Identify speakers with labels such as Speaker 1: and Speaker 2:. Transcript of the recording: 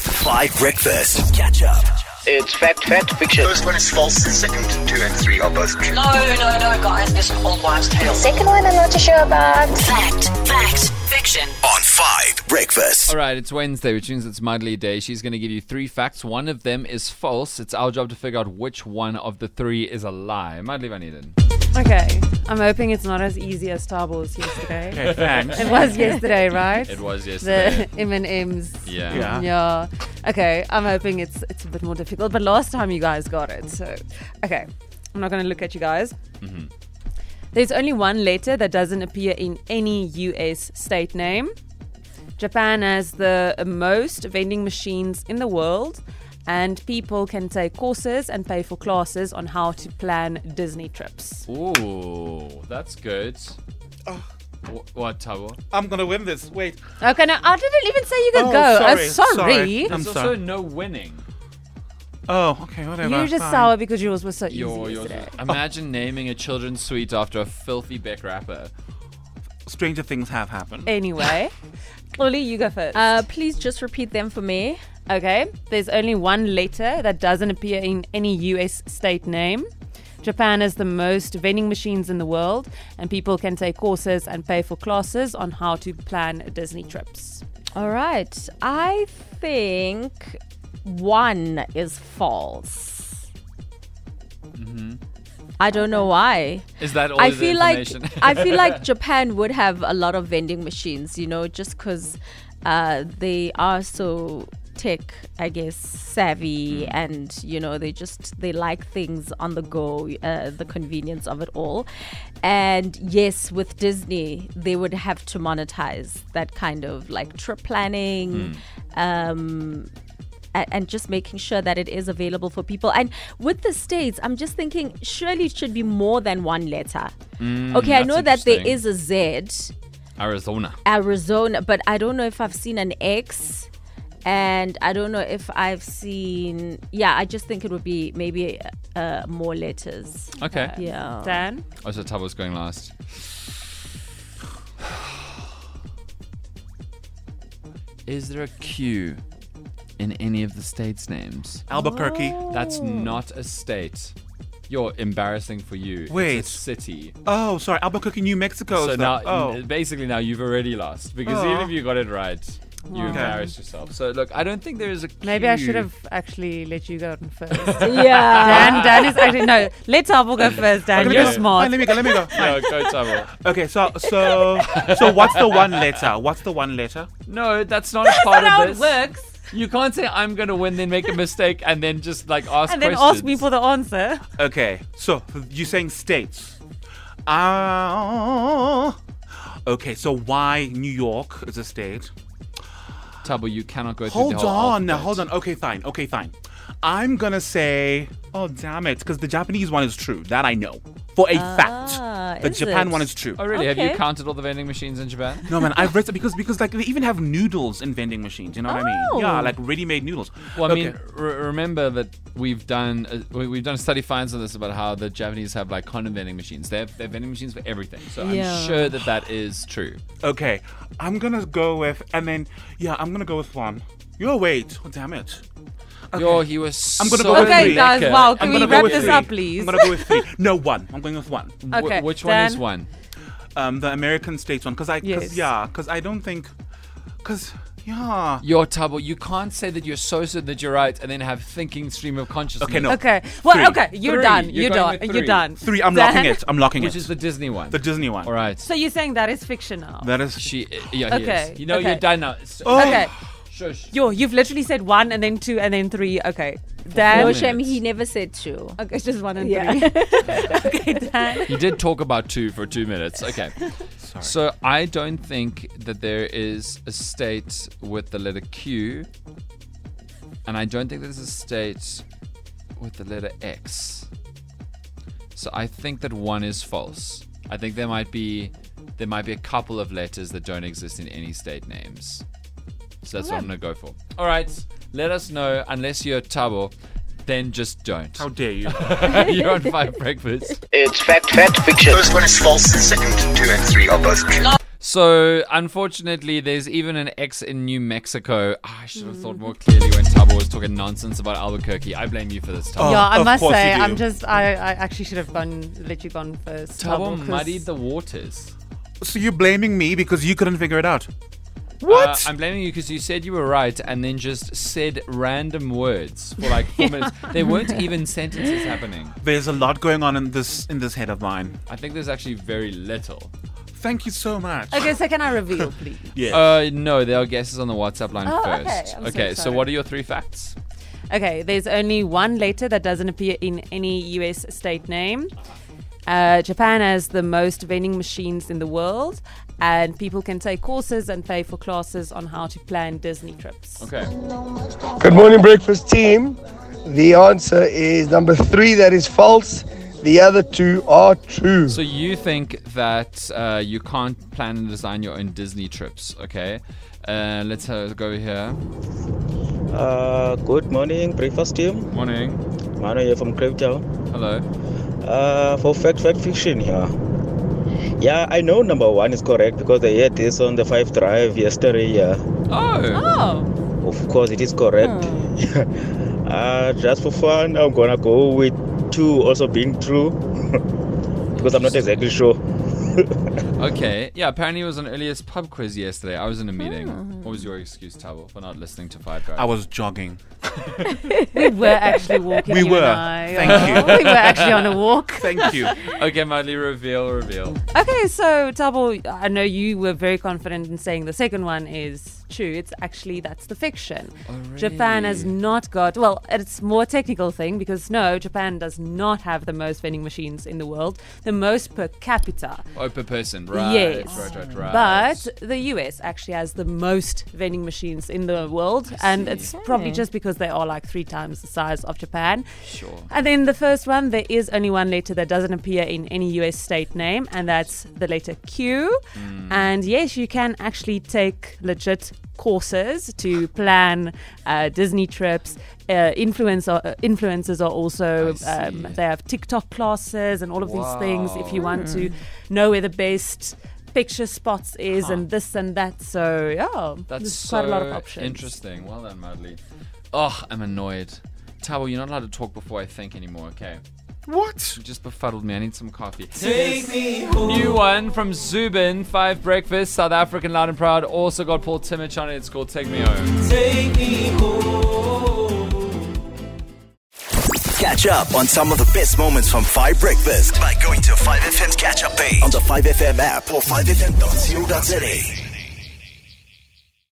Speaker 1: Five Breakfast. Catch up.
Speaker 2: It's fact, fact, fiction.
Speaker 3: First one is false, second, two and three are both true.
Speaker 4: No, no, no, guys, this is old wives' tale.
Speaker 5: Second one, I'm not too sure about.
Speaker 4: Fact, fact, fiction.
Speaker 1: On Five Breakfast.
Speaker 6: All right, it's Wednesday, which means it's Mudley Day. She's going to give you three facts. One of them is false. It's our job to figure out which one of the three is a lie. Mudley Van Eden.
Speaker 7: Okay, I'm hoping it's not as easy as Star Wars yesterday. It was yesterday, right?
Speaker 6: It was yesterday.
Speaker 7: The M and M's.
Speaker 6: Yeah.
Speaker 7: yeah. Okay, I'm hoping it's it's a bit more difficult, but last time you guys got it, so okay, I'm not going to look at you guys.
Speaker 6: Mm-hmm.
Speaker 7: There's only one letter that doesn't appear in any U.S. state name. Japan has the most vending machines in the world. And people can take courses and pay for classes on how to plan Disney trips.
Speaker 6: Ooh, that's good. Oh. What, Tabo?
Speaker 8: I'm gonna win this. Wait,
Speaker 7: Okay, no, I didn't even say you could
Speaker 8: Oh,
Speaker 7: go.
Speaker 8: sorry,
Speaker 7: I'm sorry.
Speaker 8: sorry. I'm
Speaker 6: There's also
Speaker 8: sorry.
Speaker 6: no winning.
Speaker 8: Oh, okay, whatever.
Speaker 7: You're just
Speaker 8: fine.
Speaker 7: sour because yours was so easy
Speaker 6: Your, your,
Speaker 7: yesterday.
Speaker 6: imagine naming a children's suite after a filthy Beck rapper.
Speaker 8: Stranger things have happened.
Speaker 7: Anyway, Lolly, you go first.
Speaker 9: Uh, please just repeat them for me.
Speaker 7: okay, there's only one letter that doesn't appear in any US state name. Japan has the most vending machines in the world, and people can take courses and pay for classes on how to plan Disney trips.
Speaker 9: All right. I think one is false. I don't know why.
Speaker 6: Is that all
Speaker 9: I
Speaker 6: of the
Speaker 9: feel like
Speaker 6: information?
Speaker 9: I feel like Japan would have a lot of vending machines, you know, just because uh, they are so tech, I guess, savvy,
Speaker 6: Hmm.
Speaker 9: and you know, they just they like things on the go, uh, the convenience of it all. And yes, with Disney, they would have to monetize that kind of like trip planning.
Speaker 6: Hmm.
Speaker 9: Um, a- and just making sure that it is available for people. And with the states, I'm just thinking surely it should be more than one letter. okay, I
Speaker 6: Mm, that's
Speaker 9: know that there is
Speaker 6: interesting.
Speaker 9: a Z,
Speaker 6: Arizona.
Speaker 9: Arizona, but I don't know if I've seen an X. And I don't know if I've seen. Yeah, I just think it would be maybe uh, more letters.
Speaker 6: Okay.
Speaker 9: Yeah.
Speaker 7: Dan?
Speaker 6: Oh, so Tabo's going last. Is there a Q in any of the states' names?
Speaker 8: Albuquerque.
Speaker 6: That's not a state. You're embarrassing for you.
Speaker 8: Wait.
Speaker 6: It's a city.
Speaker 8: Oh, sorry, Albuquerque, New Mexico.
Speaker 6: So
Speaker 8: is
Speaker 6: now,
Speaker 8: that- oh,
Speaker 6: basically, now you've already lost because
Speaker 8: Aw.
Speaker 6: even if you got it right, you embarrassed yourself. So look, I don't think there is a.
Speaker 7: Maybe I
Speaker 6: Q.
Speaker 7: should have actually let you go on first.
Speaker 9: Yeah.
Speaker 7: Dan, Dan is actually no. Let's Harville go first. Dan,
Speaker 6: Okay,
Speaker 7: you're
Speaker 6: yeah.
Speaker 7: smart.
Speaker 8: Fine, let me go. Let me go.
Speaker 6: No, go Tabo.
Speaker 8: Okay, so so so what's the one letter? What's the one letter?
Speaker 6: No, that's not a part
Speaker 7: how
Speaker 6: of
Speaker 7: it
Speaker 6: this.
Speaker 7: works.
Speaker 6: You can't say I'm gonna win, then make a mistake, and then just like ask
Speaker 7: And then
Speaker 6: questions.
Speaker 7: ask me for the answer.
Speaker 8: Okay, so you're saying states. Ah. okay, so why New York is a state?
Speaker 6: Tabo, you cannot go through
Speaker 8: Hold
Speaker 6: the whole
Speaker 8: on,
Speaker 6: alphabet.
Speaker 8: hold on. Okay, fine. Okay, fine. I'm gonna say, oh damn it, because the Japanese one is true. That I know for a
Speaker 9: Ah,
Speaker 8: fact. The
Speaker 9: is
Speaker 8: Japan
Speaker 9: it?
Speaker 8: one is true.
Speaker 6: Oh really? Have you
Speaker 9: Okay.
Speaker 6: counted all the vending machines in Japan?
Speaker 8: No man, I've read it because because like they even have noodles in vending machines. You know what I mean? Yeah,
Speaker 9: Oh.
Speaker 8: like ready-made noodles.
Speaker 6: Well, I
Speaker 8: Okay.
Speaker 6: mean, re- remember that we've done uh, we- we've done study finds on this about how the Japanese have like condom vending machines. They have they have vending machines for everything. So
Speaker 9: Yeah.
Speaker 6: I'm sure that that is true.
Speaker 8: okay, I'm gonna go with and then yeah, I'm gonna go with one. Yo, wait. Oh, damn it.
Speaker 6: Yo, he was.
Speaker 8: I'm gonna
Speaker 6: so
Speaker 8: go with
Speaker 7: Okay,
Speaker 8: three.
Speaker 7: guys,
Speaker 6: wicked.
Speaker 7: wow,
Speaker 8: I'm
Speaker 7: can we
Speaker 8: gonna go
Speaker 7: wrap
Speaker 8: with
Speaker 7: this
Speaker 8: three.
Speaker 7: up, please?
Speaker 8: I'm gonna go with three. No, one. I'm going with one.
Speaker 6: Wh-
Speaker 7: Okay,
Speaker 6: which one is
Speaker 7: Dan.
Speaker 6: one?
Speaker 8: Um, the American states one, because I, cause,
Speaker 7: Yes.
Speaker 8: yeah, because I don't think, because yeah.
Speaker 6: Your Tabo, you can't say that you're so certain that you're right and then have thinking stream of consciousness.
Speaker 8: Okay, no.
Speaker 7: Okay. Well,
Speaker 8: Three.
Speaker 7: okay. You're
Speaker 6: Three.
Speaker 7: done.
Speaker 6: You're
Speaker 7: You're,
Speaker 6: going
Speaker 7: done.
Speaker 6: with
Speaker 7: You're
Speaker 6: three.
Speaker 7: done.
Speaker 8: Three. I'm
Speaker 7: Dan?
Speaker 8: locking it. I'm locking
Speaker 6: Which
Speaker 8: it.
Speaker 6: is the Disney one.
Speaker 8: the Disney one.
Speaker 6: all right.
Speaker 7: So you're saying that is fiction now?
Speaker 8: That is.
Speaker 6: She, yeah, he
Speaker 7: Okay,
Speaker 6: is. You know,
Speaker 7: okay.
Speaker 6: you're done now. So-
Speaker 8: Oh.
Speaker 7: okay.
Speaker 6: Shush.
Speaker 7: Yo, you've literally said one and then two and then three. Okay. Dan.
Speaker 9: No
Speaker 6: Four
Speaker 9: shame,
Speaker 6: minutes.
Speaker 9: he never said two.
Speaker 7: Okay, it's just one and
Speaker 9: Yeah.
Speaker 7: three. okay, Dan.
Speaker 6: You did talk about two for two minutes. Okay. So I don't think that there is a state with the letter Q, and I don't think there's a state with the letter X. So I think that one is false. I think there might be there might be a couple of letters that don't exist in any state names. So that's what I'm gonna go for. All right. Let us know. Unless you're Tabo, then just don't.
Speaker 8: How dare you?
Speaker 6: you're on five breakfast.
Speaker 2: It's fact, fact, fiction.
Speaker 3: First one is false, second, two and three are both true.
Speaker 6: So, unfortunately, there's even an X in New Mexico. Ah, I should have
Speaker 7: Mm.
Speaker 6: thought more clearly when Tabo was talking nonsense about Albuquerque. I blame you for this, Tabo.
Speaker 8: Oh,
Speaker 7: yeah, I
Speaker 8: of
Speaker 7: must
Speaker 8: course
Speaker 7: say,
Speaker 8: you do.
Speaker 7: I'm just, I, I actually should have gone, let you gone first. Tabo,
Speaker 6: Tabo
Speaker 7: 'cause-
Speaker 6: muddied the waters.
Speaker 8: So you're blaming me because you couldn't figure it out.
Speaker 6: Uh, I'm blaming you because you said you were right and then just said random words for like four minutes. There weren't even sentences happening.
Speaker 8: There's a lot going on in this in this head of mine.
Speaker 6: I think there's actually very little.
Speaker 8: Thank you so much.
Speaker 7: Okay, so can I reveal, please?
Speaker 8: Yes.
Speaker 6: Uh, no, there are guesses on the WhatsApp line
Speaker 7: Oh, okay.
Speaker 6: first.
Speaker 7: I'm so
Speaker 6: so,
Speaker 7: sorry.
Speaker 6: what are your three facts?
Speaker 7: Okay, there's only one letter that doesn't appear in any US state name. Uh, Japan has the most vending machines in the world, and people can take courses and pay for classes on how to plan Disney trips.
Speaker 6: Okay.
Speaker 10: Good morning, breakfast team. The answer is number three, that is false. The other two are true.
Speaker 6: So you think that uh, you can't plan and design your own Disney trips? Okay. Uh, let's uh, go here.
Speaker 11: Uh, good morning, breakfast team.
Speaker 6: Morning.
Speaker 11: Mano here from Cape Town.
Speaker 6: Hello.
Speaker 11: Uh, for fact, fact, fiction here. Yeah, I know number one is correct because I heard this on the five drive yesterday. Yeah,
Speaker 6: Oh.
Speaker 7: Oh,
Speaker 11: of course it is correct. uh, just for fun, I'm gonna go with two also being true because I'm not exactly sure.
Speaker 6: Okay. Yeah. Apparently, it was an earliest pub quiz yesterday. I was in a meeting.
Speaker 7: Oh.
Speaker 6: What was your excuse, Tabo, for not listening to Five Drive?
Speaker 8: I was jogging.
Speaker 7: we were actually walking.
Speaker 8: We
Speaker 7: you and
Speaker 8: were.
Speaker 7: I.
Speaker 8: Thank
Speaker 7: Oh, We were actually on a walk.
Speaker 8: Thank you.
Speaker 6: okay, Madly, reveal, reveal.
Speaker 7: Okay, so Tabo, I know you were very confident in saying the second one is true. It's actually that's the fiction. Japan has not got well. It's more technical thing because no, Japan does not have the most vending machines in the world, the most per capita.
Speaker 6: Oh, per person, right?
Speaker 7: Yes.
Speaker 6: Right, right, right.
Speaker 7: But the US actually has the most vending machines in the world, and it's probably
Speaker 9: Okay.
Speaker 7: just because they are like three times the size of Japan.
Speaker 6: Sure.
Speaker 7: And then the first one, there is only one letter that doesn't appear in any US state name, and that's the letter Q.
Speaker 6: Hmm.
Speaker 7: And yes, you can actually take legit courses to plan uh, Disney trips. Uh, influencer, uh, influencers are also,
Speaker 6: I
Speaker 7: um,
Speaker 6: see.
Speaker 7: they have TikTok classes and all of these things if you want to know where the best picture spots is and this and that. So, yeah,
Speaker 6: That's
Speaker 7: there's
Speaker 6: so
Speaker 7: quite a lot of options.
Speaker 6: interesting. Well done, Madly. Oh, I'm annoyed. Tabo, you're not allowed to talk before I think anymore, okay?
Speaker 8: What?
Speaker 6: You just befuddled me. I need some coffee. Take me home. New one from Zubin, Five Breakfast, South African Loud and Proud. Also got Paul Timich on it. It's called Take Me Home.
Speaker 1: Catch up on some of the best moments from 5 Breakfast by going to 5FM's catch up page on the 5FM app or 5FM.co.za.